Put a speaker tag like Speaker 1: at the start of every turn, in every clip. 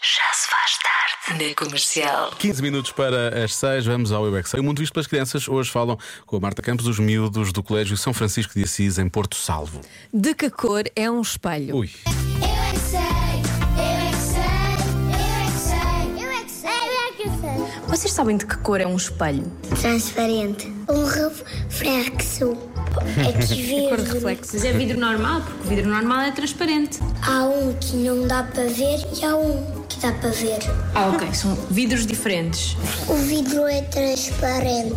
Speaker 1: Já se faz tarde na comercial.
Speaker 2: 15 minutos para as 6, vamos ao UX. O mundo visto pelas crianças hoje falam com a Marta Campos, os miúdos do Colégio São Francisco de Assis, em Porto Salvo.
Speaker 3: De que cor é um espelho?
Speaker 2: Ui,
Speaker 4: Eu é que sei, eu é que sei, eu é que sei, eu é que sei, eu é que sei, eu é
Speaker 5: Vocês sabem de que cor é um espelho?
Speaker 4: que sei. Transparente. Um reflexo. É
Speaker 3: Cor
Speaker 4: que
Speaker 3: de
Speaker 4: verde.
Speaker 3: reflexo.
Speaker 5: Mas é vidro normal, porque o vidro normal é transparente.
Speaker 4: Há um que não dá para ver e há um que dá para ver.
Speaker 5: Ah, ok, são vidros diferentes.
Speaker 4: O vidro é transparente.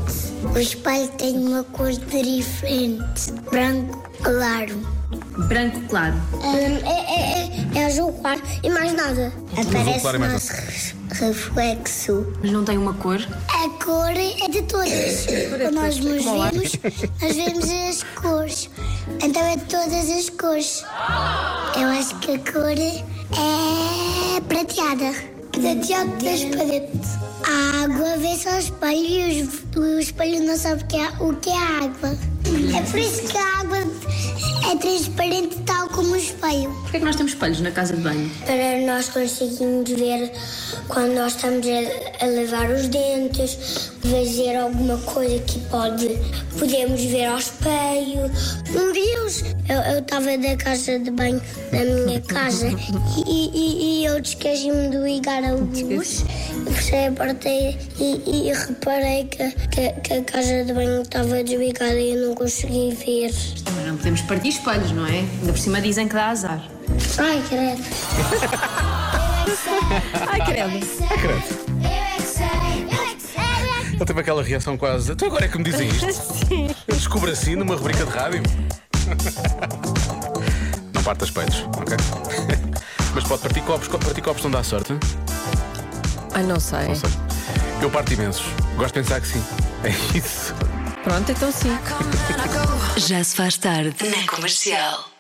Speaker 4: O espelho tem uma cor diferente. Branco claro.
Speaker 5: Branco claro.
Speaker 4: é, é, é, azul claro e mais nada. Aparece
Speaker 2: claro e mais
Speaker 4: nosso re- reflexo.
Speaker 5: Mas não tem uma cor?
Speaker 4: A cor é de todas. Quando nós nos vemos, nós vemos as cores. Então é de todas as cores. Eu acho que a cor é prateada. Prateado transparente. A água vê-se ao espelho e os- o espelho não sabe o que é, o que é água. É por isso que a água é transparente tal como o espelho.
Speaker 5: Porquê é que nós temos espelhos na casa de banho?
Speaker 4: Para nós conseguirmos ver quando nós estamos a, a lavar os dentes, fazer alguma coisa que pode podemos ver ao espelho. Um Deus! Eu estava da casa de banho da minha casa e, e- e eu esqueci-me de ligar a luz. Fechei a porta e, e- e reparei que, que- que a casa de banho estava desligada e eu não consegui ver.
Speaker 5: Também não podemos partir espelhos, não é? Ainda por cima dizem que dá azar.
Speaker 4: Ai, credo.
Speaker 3: Ai, credo.
Speaker 2: ele teve aquela reação quase. Então agora é que me dizem isto? Eu descubro assim numa rubrica de rádio. Não partas peitos, ok? Mas pode partir copos, Co- partir copos não dá sorte.
Speaker 3: Ah, não sei.
Speaker 2: Não sei. Eu parto imensos. Gosto de pensar que sim. É isso.
Speaker 3: Pronto, então sim.
Speaker 1: Já se faz tarde na comercial.